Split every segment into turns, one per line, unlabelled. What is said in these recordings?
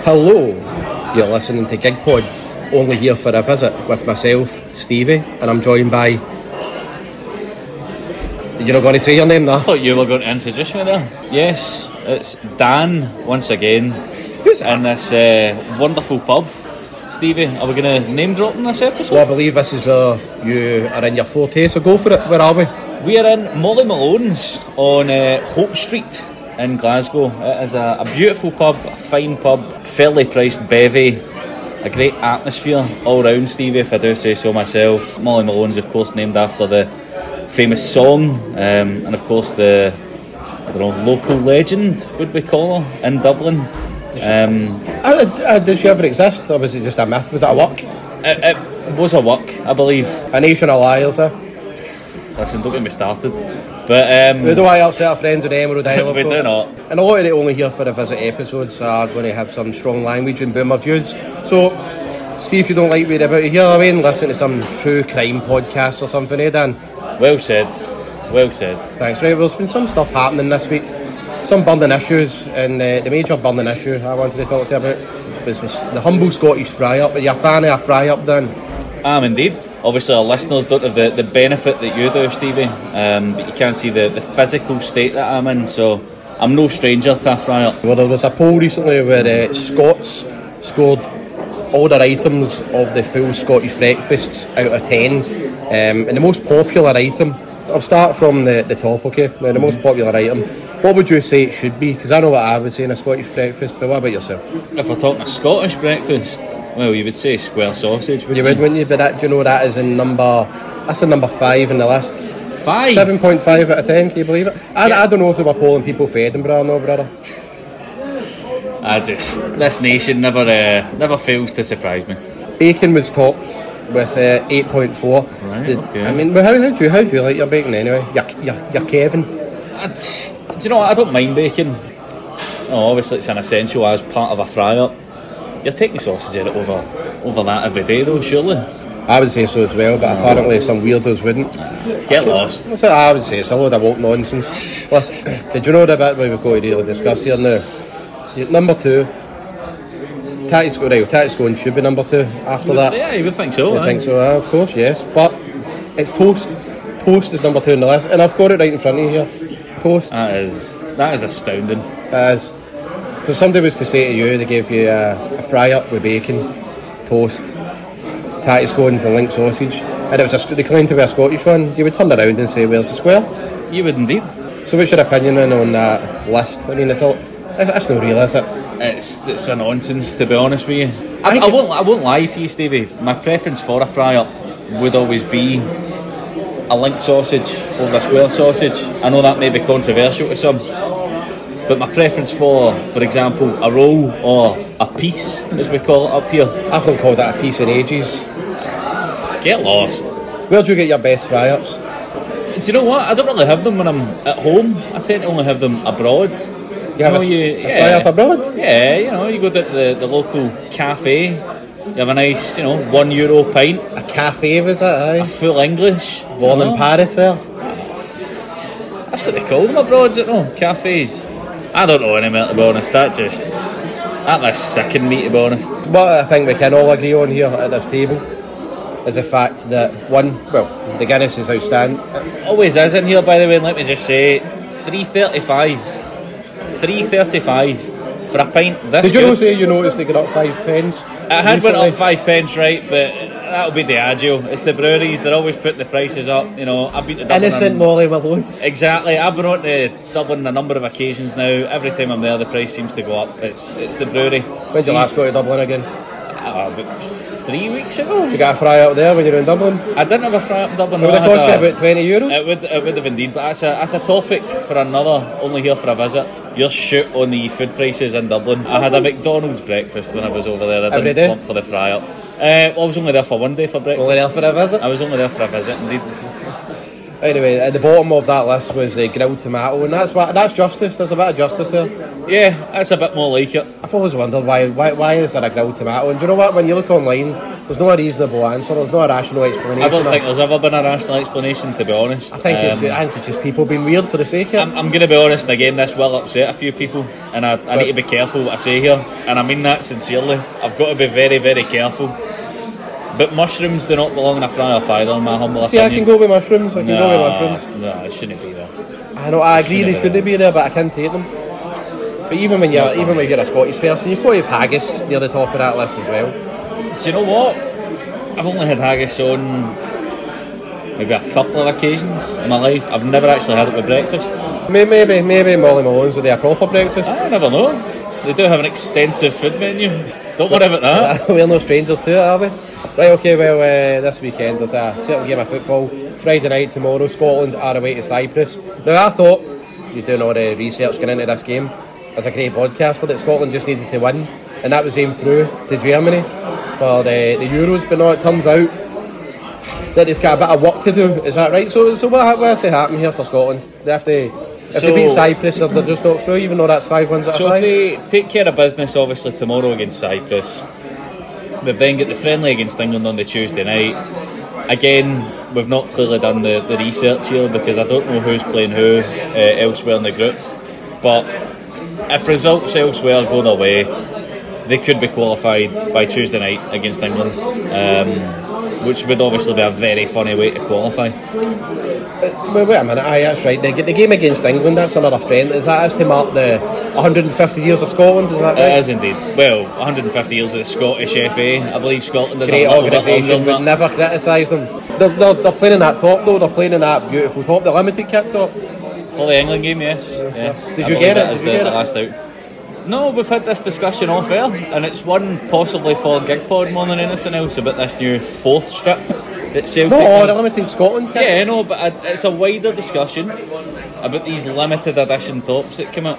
Hello, you're listening to GigPod, only here for a visit with myself, Stevie, and I'm joined by. You're not going to say your name now.
thought you were going to introduce me there. Yes, it's Dan once again
Who's that?
in this uh, wonderful pub. Stevie, are we going to name drop in this episode?
Well, I believe this is where you are in your forte, so go for it. Where are we?
We are in Molly Malone's on uh, Hope Street in Glasgow. It is a, a beautiful pub, a fine pub, fairly priced bevy, a great atmosphere all round, Stevie, if I do say so myself. Molly Malone's, of course, named after the famous song, um, and of course, the I don't know, local legend, would we call her, in Dublin. Um,
Uh, uh, did she ever exist, or was it just a myth? Was that a work?
it, it was a work, I believe.
A nation of liars, eh?
Listen, don't get me started. But um,
We do I else our friends on Emerald Isle, of
We do
course.
not.
And a lot of the only here for a visit episodes are going to have some strong language and boomer views. So, see if you don't like what you're about to hear, I mean, listen to some true crime podcast or something, eh, Dan?
well said, well said.
Thanks, right? Well, there's been some stuff happening this week, some burning issues, and uh, the major burning issue I wanted to talk to you about was this, the humble Scottish fry up. Are you a fan of a fry up, Dan?
am Um, indeed. Obviously, our listeners don't have the, the benefit that you do, Stevie, um, but you can see the, the physical state that I'm in, so I'm no stranger to a fry up.
Well, there was a poll recently where uh, Scots scored all their items of the full Scottish breakfasts out of 10. Um, and the most popular item, I'll start from the, the top, okay? Now, the most popular item, what would you say it should be? Because I know what I would say in a Scottish breakfast, but what about yourself?
If we're talking a Scottish breakfast, well, you would say square sausage, wouldn't
You
you?
would, wouldn't you? But that, do you know that is in number, that's in number five in the list.
Five?
7.5 out of 10, can you believe it? I, I don't know if they were polling people for Edinburgh or no, brother.
I just, this nation never uh, never fails to surprise me.
Bacon was top with uh, 8.4.
Right,
Did-
okay.
I mean, well, how, how, do you, how do you like your bacon anyway? Your, your, your Kevin?
I t- do you know what? I don't mind bacon. No, obviously it's an essential as part of a fry up. You're taking sausage in it over over that every day though, surely.
I would say so as well, but apparently some weirdos wouldn't.
Get lost.
That's what I would say. It's a load of woke nonsense. Plus, did you know the bit where we've got to really discuss here now? Yeah, Number two, Tactical, right, Tactical and should be number two after that.
Yeah, you would think so.
I
aye.
think so, uh, of course, yes. But it's toast. Toast is number two on the list, and I've got it right in front of you here. Toast
That is that is astounding.
as if somebody was to say to you, they gave you a, a fry up with bacon, toast, tatty scones, and link sausage, and it was a, Sc- they claimed to be a Scottish one, you would turn around and say, "Where's the square?"
You would indeed.
So, what's your opinion on- on that list? I mean, it's all that's no real, is it?
It's it's a nonsense to be honest with you.
I
I,
think
I
it-
won't I won't lie to you, Stevie. My preference for a fry up would always be a link sausage over a square sausage. I know that may be controversial to some, but my preference for, for example, a roll or a piece, as we call it up here,
I've not called that a piece in ages.
get lost.
Where do you get your best fry ups?
Do you know what? I don't really have them when I'm at home. I tend to only have them abroad.
You have
No,
a,
you-
a fry
yeah.
up abroad?
Yeah, you know, you go to the, the local cafe, you have a nice, you know, one euro pint,
A cafe was it? Aye.
full English.
Born
you know?
in Paris there.
That's what they call them abroad, you know, cafes. I don't know anymore, to be honest. That just, that was sickened me, to be honest.
What I think we can all agree on here at this table is the fact that one, well, the Guinness is outstanding.
Always is in here, by the way, and let me just say, 3.35. 3.35 for a pint. This
Did you
good.
know say you noticed they got up five pence?
I had went
recently?
up five pence, right, but that'll be Diageo. It's the breweries, they're always putting the prices up, you know. I've been to Dublin
Innocent
and-
Molly Malone's.
Exactly. I've been on to Dublin a number of occasions now. Every time I'm there, the price seems to go up. It's it's the brewery.
When did you last go
These-
to Dublin again?
I uh, about three weeks ago.
You got a fry out there when you're in Dublin?
I didn't have a fry up in Dublin.
It would
no,
have
I had
cost you
a-
about 20 euros.
It would, it would have indeed, but that's a, that's a topic for another, only here for a visit. Your shoot on the food prices in Dublin. I had a McDonald's breakfast when I was over there. I
Every
didn't
day?
plump for the fry up. Uh, well, I was only there for one day for breakfast.
Only there for a visit.
I was only there for a visit, indeed.
Anyway, at the bottom of that list was the grilled tomato, and that's what, that's justice. There's a bit of justice there.
Yeah, that's a bit more like it.
I've always wondered why why, why is there a grilled tomato? And do you know what? When you look online, there's no reasonable answer. There's no rational explanation.
I don't think there's ever been a rational explanation, to be honest. Um,
I think it's ju- I think it's just people being weird for the sake of it.
I'm, I'm going to be honest, and again, this will upset a few people, and I, I need to be careful what I say here, and I mean that sincerely. I've got to be very, very careful. But mushrooms do not belong in a fry up either, in my humble
See, I
opinion.
can go with mushrooms. I can go with mushrooms.
No, no, it shouldn't be there.
I know. I agree they
Shouldn't be
shouldn't be there, but I can take them. But even when you're even when you're a Scottish person, you've got to have haggis near the top of that list as well.
Do you know what? I've only had haggis on maybe a couple of occasions in my life. I've never actually had it with breakfast.
May- Maybe maybe Molly Malone's with their proper breakfast.
I never know. They do have an extensive food menu. Don't worry about that.
We're no strangers to it, are we? Right, okay, well, uh, this weekend there's a certain game of football. Friday night, tomorrow, Scotland are away to Cyprus. Now, I thought, you're doing all the research going into this game, as a great broadcaster, that Scotland just needed to win, and that was aimed through to Germany for uh, the, the Euros, but no, it turns out that they've got a bit of work to do. Is that right? So, so what, what's to happen here for Scotland? They have to, if
So-
they beat Cyprus, they're they're just not through, even though that's five wins out of
So
five.
if they take care of business, obviously tomorrow against Cyprus, they've then got the friendly against England on the Tuesday night. Again, we've not clearly done the, the research here because I don't know who's playing who uh, elsewhere in the group. But if results elsewhere go their way, they could be qualified by Tuesday night against England, um, which would obviously be a very funny way to qualify.
Well, wait a minute. Aye, that's right. The, the game against England, that's another friend. Is that is to mark the 150 years of Scotland? Is that
It
right?
is indeed. Well, 150 years of the Scottish FA. I believe Scotland is
Great
a little bit
organisation.
longer
Would
than that.
never criticise them. They're, they're, they're playing in that top though. They're playing in that beautiful top, the limited kit top.
For the England game, yes. yes.
Did
I
you
believe
get it?
that is
Did you
the,
get
the
it?
last out. No, we've had this discussion off air, and it's one possibly for Gigpod more than anything else about this new fourth strip that Celtic.
No, oh,
have-
the limited Scotland kit.
yeah, I know, but I- it's a wider discussion about these limited edition tops that come out.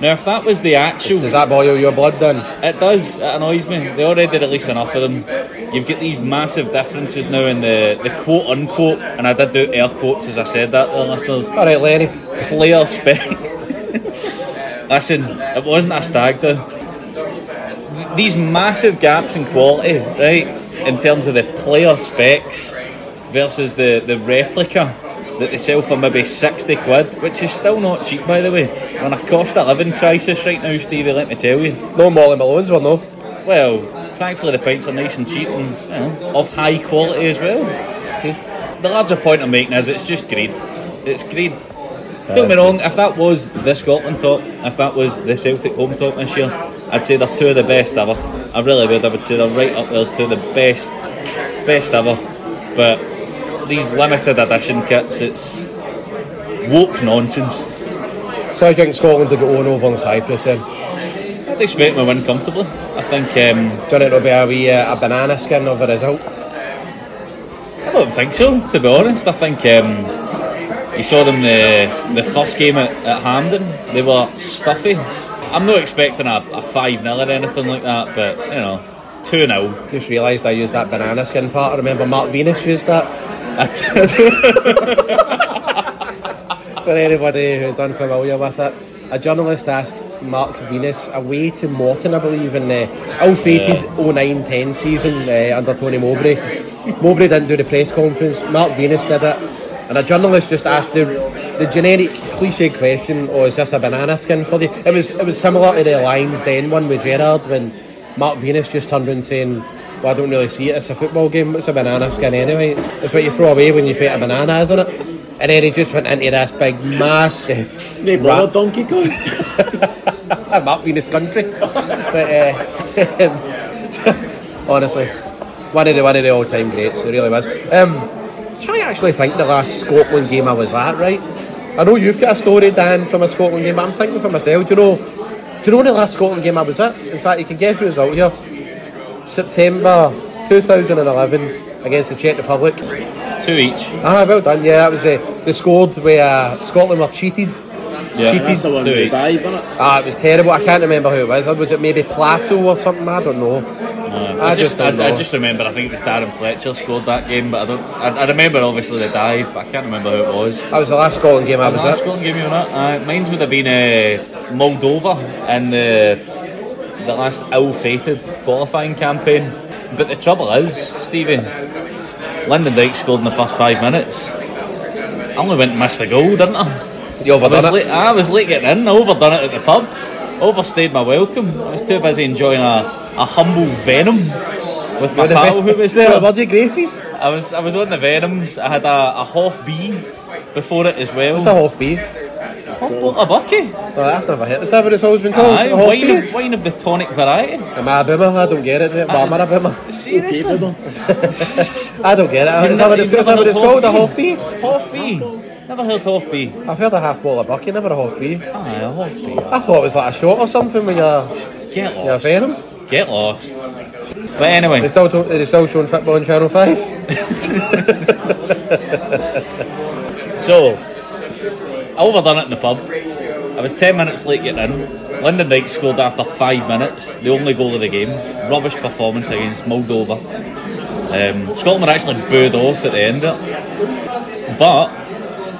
Now, if that was the actual
Does that boil your blood then?
It does. It annoys me. They already release enough of them. You've got these massive differences now in the, the quote unquote, and I did do air quotes as I said that to the listeners.
All right, Lenny.
Player spec. Listen, it wasn't a stag do. Th- These massive gaps in quality, right, in terms of the player specs versus the, the replica that they sell for maybe 60 quid, which is still not cheap, by the way. We're in a cost of living crisis right now, Stevie, let me tell you.
No Molly Malone's one though.
Well, thankfully the pints are nice and cheap and you know, of high quality as well. The larger point I'm making is it's just greed. It's greed. Don't get me wrong, if that was the Scotland top, if that was the Celtic home top this year, I'd say they're two of the best ever. I really would. I would say they're right up there as two of the best, best ever. But these limited edition kits, it's woke nonsense.
So I think Scotland will get one over on Cyprus then.
I'd expect them to win comfortably. I think um,
Do you think it'll be a wee uh, a banana skin of a result?
I don't think so, to be honest. I think um, you saw them uh, the the first game at, at Hamden. They were stuffy. I'm not expecting a, a 5 0 or anything like that, but you know, 2 0.
Just realised I used that banana skin part. I remember Mark Venus used that. For anybody who's unfamiliar with it, a journalist asked Mark Venus away to Morton, I believe, in the ill-fated 09-10 season uh, under Tony Mowbray. Mowbray didn't do the press conference. Mark Venus did it, and a journalist just asked the the generic cliche question, "Oh, is this a banana skin for you?" It was it was similar to the Lions Den one with Gerard when Mark Venus just turned around saying. Well, I don't really see it. It's a football game. It's a banana skin anyway. It's, it's what you throw away when you fight a banana, isn't it? And then he just went into this big, massive
They
rant.
bought a Donkey Kong.
I'm up in this country. but uh, honestly, one of the one of the all time greats. It really was. Um, I'm trying to actually think the last Scotland game I was at. Right, I know you've got a story, Dan, from a Scotland game. But I'm thinking for myself. Do you know? Do you know the last Scotland game I was at? In fact, you can guess the result here. September 2011 against the Czech Republic.
Two each.
Ah, well done. Yeah, that was uh, they scored where uh, Scotland were cheated.
Yeah.
Cheated.
That's the one
Two
who
each.
died, wasn't it?
Ah, it was terrible. I can't remember who it was. Was it maybe Plasso or something? I don't know.
I,
just
just, I,
don't
I
know.
just remember. I think it was Darren Fletcher scored that game, but I don't. I, I remember obviously the dive, but I can't remember who it was.
That was the last Scotland game I was,
Was that
at.
Scotland game you were at? Uh, mine's would have been uh, Moldova in the the last ill-fated qualifying campaign. But the trouble is, Stevie, Lyndon Dyke scored in the first five minutes. I only went and missed a goal, didn't I?
You
I was,
overdone it.
late, I was late getting in. I overdone it at the pub. Overstayed my welcome. I was too busy enjoying a, a humble venom with my pal who was there.
The Bloody Gracies.
I was I was on the venoms. I had a, a half B before it as well.
It's a half B.
Half bottle of bucky.
Oh, I've never heard. Is that what it's always been called?
Aye,
a half
wine
B?
of, wine of the tonic variety.
Am I a boomer? I don't get it. But am I a boomer?
Seriously?
Capable.
I don't get it. Is
You've
that what
never-
it's,
you've
is that what
never
it's
heard
called? A half B?
Half B. Never heard half B.
I've heard a half ball of bucky, never a half B.
Aye, a half B.
I thought it was like a shot or something when you're,
Just Get
you're
lost.
venom.
Get lost. But
They
anyway,
still don't, they still showing football on Channel 5.
so I overdone it in the pub. I was 10 minutes late getting in. Lyndon Dyke scored after five minutes, the only goal of the game. Rubbish performance against Moldova. Um, Scotland were actually booed off at the end of it. But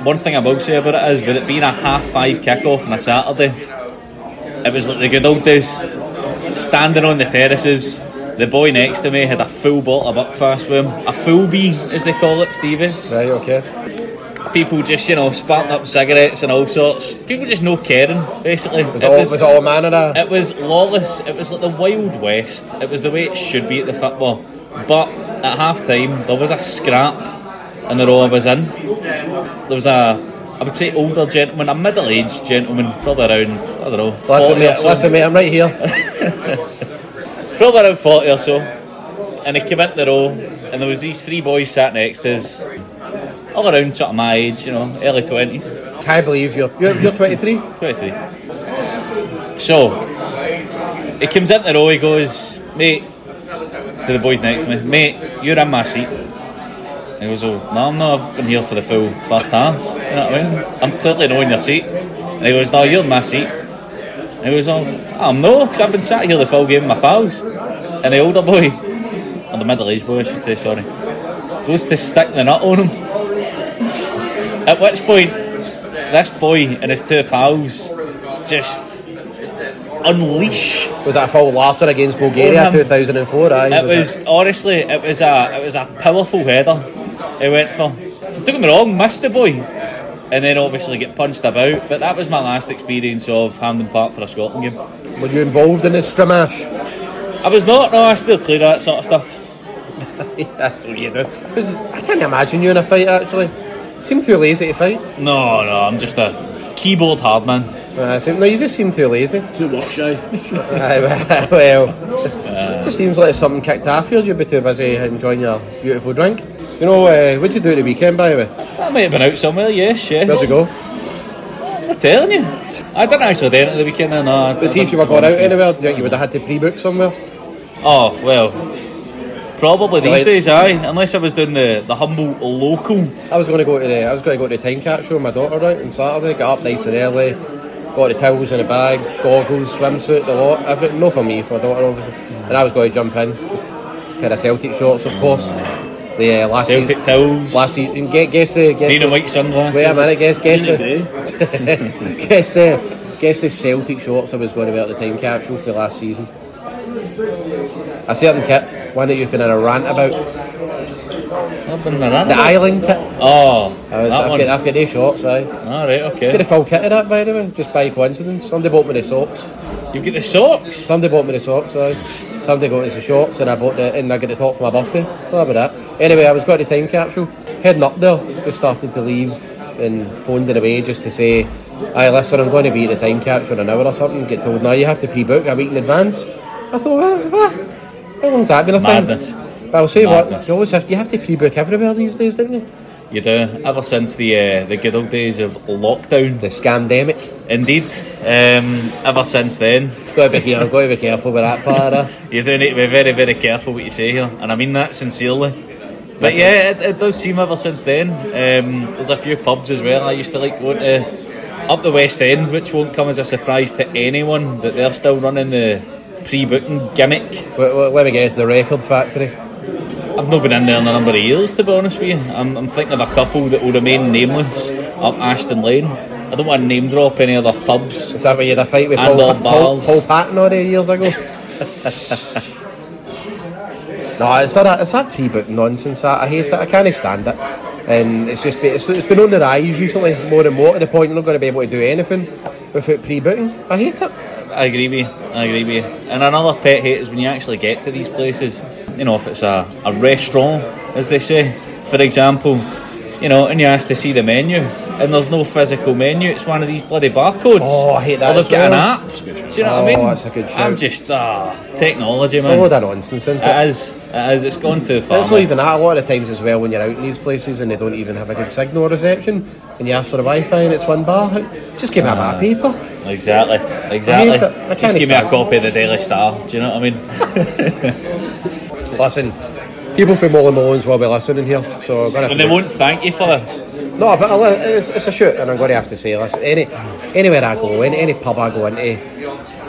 one thing I will say about it is, with it being a half five kickoff on a Saturday, it was like the good old days. Standing on the terraces, the boy next to me had a full bottle of Buckfast with him, a full bee, as they call it, Stevie
Right, okay.
people just you know sparking up cigarettes and all sorts. People just no caring basically.
Was it, all, was, it all manner of.
it was lawless. It was like the wild west. It was the way it should be at the football. But at half time there was a scrap in the row I was in. There was a. I would say older gentleman, a middle-aged gentleman, probably around I don't know, 40
Listen,
or
mate,
so.
listen, mate, I'm right here.
probably around 40 or so. And he came into the row, and there was these three boys sat next to us, all around sort of my age, you know, early 20s.
Can't believe you're, you're, you're 23.
23. So, he comes into the row, he goes, mate, to the boys next to me, mate, you're in my seat. And he goes, oh, no, I'm not, I've been here for the full first half. You know what I mean? I'm clearly not in your seat. And he goes, no, you're in my seat. And he goes, oh, I'm no, because I've been sat here the full game with my pals. And the older boy, or the middle aged boy, I should say, sorry, goes to stick the nut on him. At which point, this boy and his two pals just unleash.
Was that a foul Larson against Bulgaria
Bonham.
2004? Aye,
It was honestly, it was a it was a powerful header. It went for. Don't get me wrong, missed the boy, and then obviously get punched about. But that was my last experience of Hampden Park for a Scotland game.
Were you involved in the stramash?
I was not. No, I still clear that sort of stuff.
That's what you do. I can't imagine you in a fight, actually. Seem too lazy to fight.
No, no, I'm just a keyboard hard man.
Uh, so, no, you just seem too eh? lazy.
Too much shy.
Aye, well, just seems like something kicked off you. You'd be too busy enjoying your beautiful drink. You know, uh, what'd you do at the weekend, by the way?
That might have been out somewhere. Yes, yes.
Where'd you go?
I'm telling you, I didn't actually do it at the weekend. No, I- I
But see if
didn't
you were going
go
out
on.
anywhere, do you think you would have had to pre-book somewhere?
Oh well, probably these
Right.
days, aye. Unless I was doing the, the humble local.
I was going to go to the I was going to go to the time catch show with my daughter right on Saturday. Got up nice and early, got the towels in a bag, goggles, swimsuit, the lot. Everything, not for me, for my daughter obviously. And I was going to jump in, pair of Celtic shorts, of course. The uh, last
Celtic towels,
last season. Guess, guess the guess
green
the-
and white sunglasses.
Wait a minute, guess guess
Any
the,
day.
guess the guess the Celtic shorts I was going to wear at the time capsule for last season. A certain kit, one that you've been in a rant about,
I've been around
the
it.
Island kit.
Oh,
I was,
that
I've,
one.
got, I've got these shorts, aye.
All right,
Got a
okay.
full kit of that, by the way, just by coincidence. Somebody bought me the socks.
You've got the socks.
Somebody bought me the socks, aye. Somebody got us the shorts, and I bought the, and I got the top for my birthday. Well, about that. Anyway, I was going to time capsule, heading up there, just started to leave, and phoned in away just to say, "Aye, listen, I'm going to be at the time capsule in an hour or something." Get told, "No, you have to pre-book a week in advance." I thought, "What? what? How long's that been a thing?"
Madness.
But I'll say what,
Madness.
you always have you have to pre-book everywhere these days, don't you?
You do. Ever since the uh, the good old days of lockdown,
The scandemic.
indeed. Um, ever since then,
Got to be here. Got to be careful with that part. eh?
you do need to be very, very careful what you say here, and I mean that sincerely. But yeah, it, it e- does seem ever since then. Um, there's a few pubs as well. I used to like going to up the West End, which won't come as a surprise to anyone that they're still running the pre-booking gimmick.
Wait, wait, let me guess. The record factory.
I've not been in there in a number of years, to be honest with you. I'm, I'm thinking of a couple that will remain nameless up Ashton Lane. I don't want to name drop any other pubs.
Is that where you had a fight with
And
Paul,
the
Paul,
bars.
Paul Patton all eight years ago? no, it's that it's that pre-book nonsense. I, I hate it. I can't stand it. And it's just been, it's, it's been on the rise recently, more and more to the point you're not going to be able to do anything without pre-booking. I hate it.
I agree with you. I agree with you. And another pet hate is when you actually get to these places. You know, if it's a, a restaurant, as they say, for example, you know, and you ask to see the menu, and there's no physical menu. It's one of these bloody barcodes.
Oh, I hate that
Or they've
as
got
well.
an app. Do you know what I
Oh,
mean?
that's a good shout.
I'm just ah technology,
It's a load
man.
of nonsense, isn't it?
It is. It is. It's gone too far.
It's
man.
not even that. A lot of times as well, when you're out in these places and they don't even have a good signal or reception, and you ask for a Wi-Fi and it's one bar, just give me a bit of paper.
Exactly,
I hate
exactly.
it. I can't
Just give me a
stand it.
copy of the Daily Star. Do you know what I mean?
Listen, people from Molly Malone's will be listening here, so I'm gonna. Have
And
to
they won't thank you for this.
No, but I'll- it's, it's a shoot, and I'm going to have to say this. Any, anywhere I go, any, any pub I go into,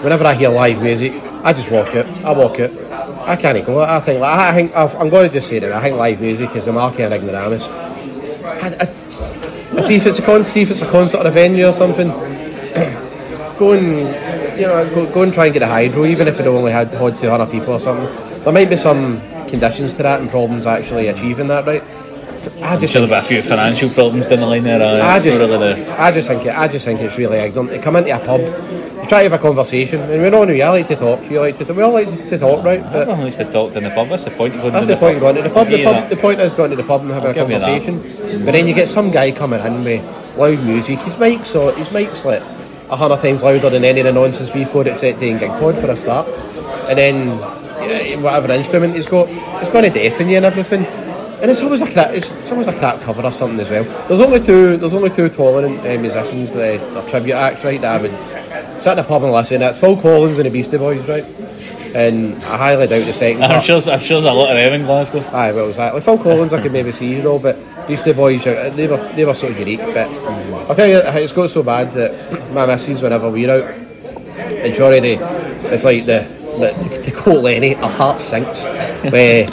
whenever I hear live music, I just walk it. I walk it. I can't go. I think. Like, I think. I've, I'm going to just say that. I think live music is a market of ignoramus. I, I, I see if it's a con, see if it's a concert at a venue or something. go and you know go, go and try and get a hydro, even if it only had had 200 people or something. There might be some conditions to that and problems actually achieving that, right? I just
Sure, there'll be a few financial problems down the line there. uh,
I
it's not
just,
really the-
I just think it, I just think it's really ignorant. You come into a pub, you try to have a conversation, and we're all new. I like to talk. You like to talk. We all like to talk, right? But
Everyone likes to talk in the pub. That's the point. of Going
that's
to
the point of going to the pub. The,
Yeah,
pub, the point is going to the pub and having a
give you that.
conversation. But then you get some guy coming in with loud music. His mic's or his mic's like a hundred times louder than any of the nonsense we've got at set to in gig pod for a start. And then eh, whatever instrument he's got, it's going to deafen you and everything. And it's always a crap. It's, it's always a crap cover or something as well. There's only two. There's only two tolerant uh, musicians. The, the tribute acts, right? That I would sit in a pub and listen. That's Phil Collins and the Beastie Boys, right? And I highly doubt the second.
I'm
part.
sure. I'm sure there's a lot of them in Glasgow.
Aye, well, exactly. Phil Collins, I could maybe see, you know, but Beastie Boys, uh, they were they were sort of unique. But I'll tell you, it's got so bad that my missus, whenever we're out, and she already, it's like the, the to, to quote Lenny, her heart sinks. Where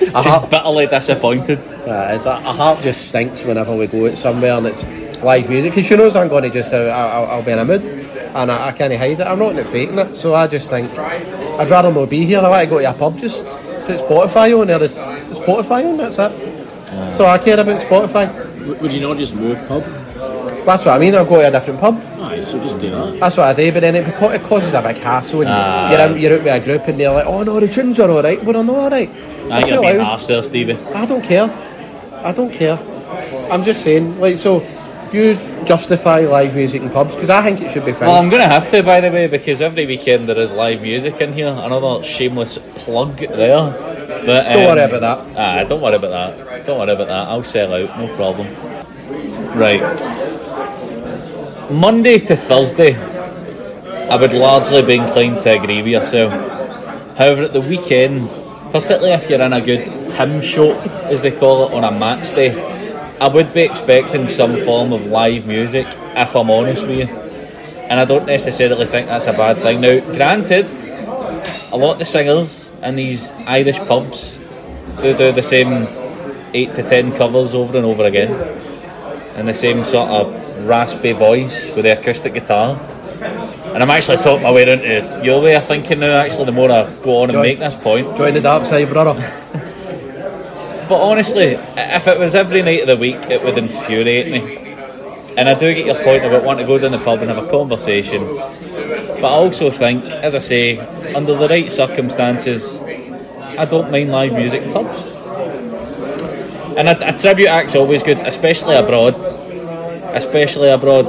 a heart,
Just bitterly disappointed.
uh, it's a, a heart just sinks whenever we go out somewhere and it's live music because she knows I'm going to just uh, I'll, I'll be in a mood and I, I can't hide it. I'm not in it faking it, so I just think I'd rather not be here. I want to go to a pub. Just put Spotify on there. Just Spotify on. That's it. So I care about Spotify.
Uh. W- Would you not just move pub?
That's what I mean. I'll go to a different pub.
Aye, so just do that.
That's what I do, but then it, beca- it causes a big hassle. And you're, out, you're out with a group and they're like, "Oh no, the tunes are all right, but I'm not all right."
I think
feel
I'd be
loud.
harsh there, Stevie.
I don't care. I don't care. I'm just saying, like, so you justify live music in pubs because I think it should be fine.
Well, I'm going to have to, by the way, because every weekend there is live music in here. Another shameless plug there. But um,
Don't worry about that.
Ah, don't worry about that. Don't worry about that. I'll sell out, no problem. Right. Monday to Thursday, I would largely be inclined to agree with yourself. However, at the weekend, particularly if you're in a good Tim shop, as they call it, on a match day, I would be expecting some form of live music, if I'm honest with you. And I don't necessarily think that's a bad thing. Now, granted, a lot of the singers in these Irish pubs do do the same eight to ten covers over and over again, and the same sort of raspy voice with the acoustic guitar. And I'm actually talking my way around to your way of thinking now. Actually, the more I go on and
Joy.
make this point,
Join the dark side, brother.
but honestly, if it was every night of the week, it would infuriate me. And I do get your point about wanting to go down the pub and have a conversation. But I also think, as I say, under the right circumstances, I don't mind live music in pubs. And a, a tribute act's always good, especially abroad. Especially abroad.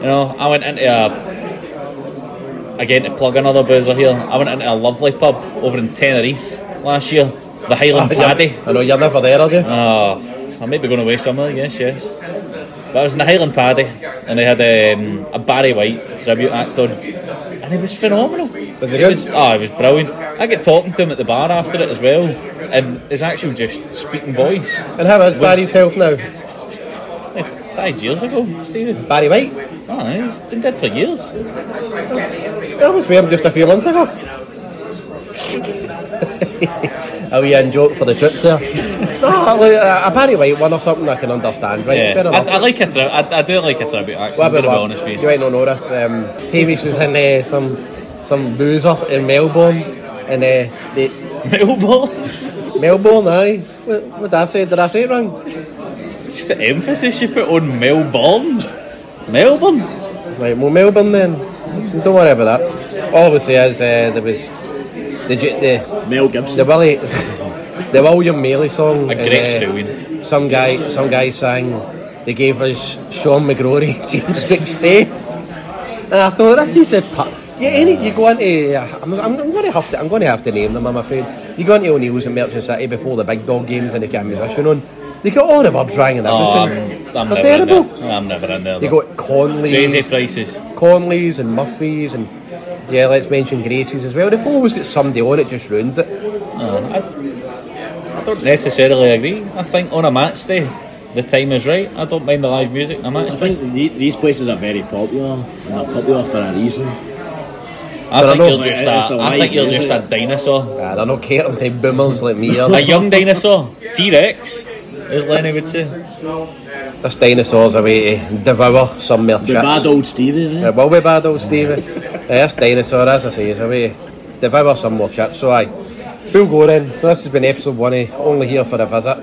You know, I went into a. Again, to plug another boozer here, I went into a lovely pub
Oh,
over in Tenerife last year, the Highland Paddy.
I know you're never there, are you?
Oh, I might be going away somewhere, yes, yes. But I was in the Highland Paddy and they had um, a Barry White tribute act on. And it was phenomenal.
Was it good?
was- oh, it was brilliant. I get talking to him at the bar after it as well. And his actual just speaking voice.
And how is
was-
Barry's health now?
Like, died years ago, Stephen.
Barry White?
Oh, he's been dead for years.
That was him just a few months ago. a wee in joke for the trip there. no, look, a Barry White one or something I can understand, right?
Yeah,
Fair enough.
I, I like a tri- I, I do like a tribute act.
What
I'm
about
going to be
what?
honest with
You
you.
might not know this. Um, Hamish was in uh, some some boozer in Melbourne, and uh, they,
Melbourne.
Melbourne, aye. What, what did I say? Did I say it wrong?
Just the emphasis you put on Melbourne. Melbourne.
Right, well, Melbourne then. So don't worry about that. All I would say is uh, there was the Ju- the
Mel Gibson.
the Willie the William Maley song.
A
and,
great
uh,
Australian.
Some guy, some guy sang. They gave us Sean McGrory, James McStay, and I thought that's just a pu- yeah. Any you go into, I'm, I'm, I'm going to have to, I'm going to have to name them. I'm afraid you go into O'Neill's in Merchant City before the big dog games and they get a musician on. They got all the words rang and everything.
Oh, I'm, I'm
They're
never
terrible.
in there. I'm never in there.
They got Conley's.
Crazy prices.
Conley's and Murphy's and yeah, let's mention Gracie's as well. They've always got somebody on it just ruins it.
I don't necessarily agree. I think on a match day, the time is right. I don't mind the live music on a
I
match day.
think the, these places are very popular, and they're popular for a reason.
I
But I
think
know-
you're just
It's the
a, I
live
think you're
music.
just a dinosaur,
Ah, they're not catering to boomers like me. Are
a
they?
young dinosaur, T Rex, as Lenny would say.
This dinosaur's a way to devour some of
The
their
bad
chips.
old Stevie, right?
It will be bad old Stevie. yeah, this dinosaur, as I say, is a way to devour some more chips. So aye, full go then. So this has been episode one. Of Only here for a visit.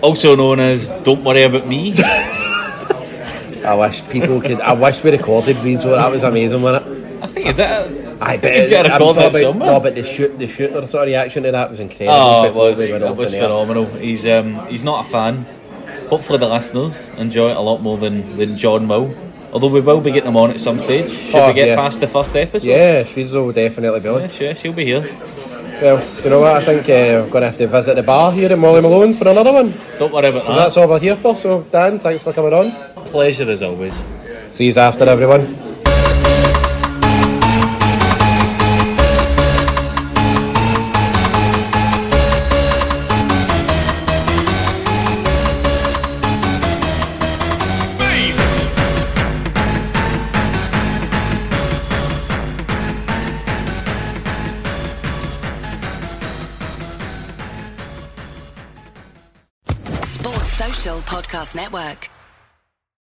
Also known as Don't Worry About Me.
I wish people could. I wish we recorded reads. That was amazing, wasn't it?
I think you did.
I
think you've got a
I'm
record
talking
that
about-
somewhere.
No, but the shoot, the shooter sort of reaction to that was incredible.
Oh, it
before
was.
we went
It
off
was
on air.
phenomenal. He's um, he's not a fan. Hopefully, the listeners enjoy it a lot more than, than John will. Although we will be getting him on at some stage. Should
Oh,
we get
yeah.
past the first episode?
Yeah, Shrewsbury will definitely be on.
Yes, yes, he'll be here.
Well, you know what? I think uh, we're going to have to visit the bar here in Molly Malone's for another one.
Don't worry about that.
That's all we're here for. So, Dan, thanks for coming on.
Pleasure as always.
See you after, everyone.
Sports Social Podcast Network.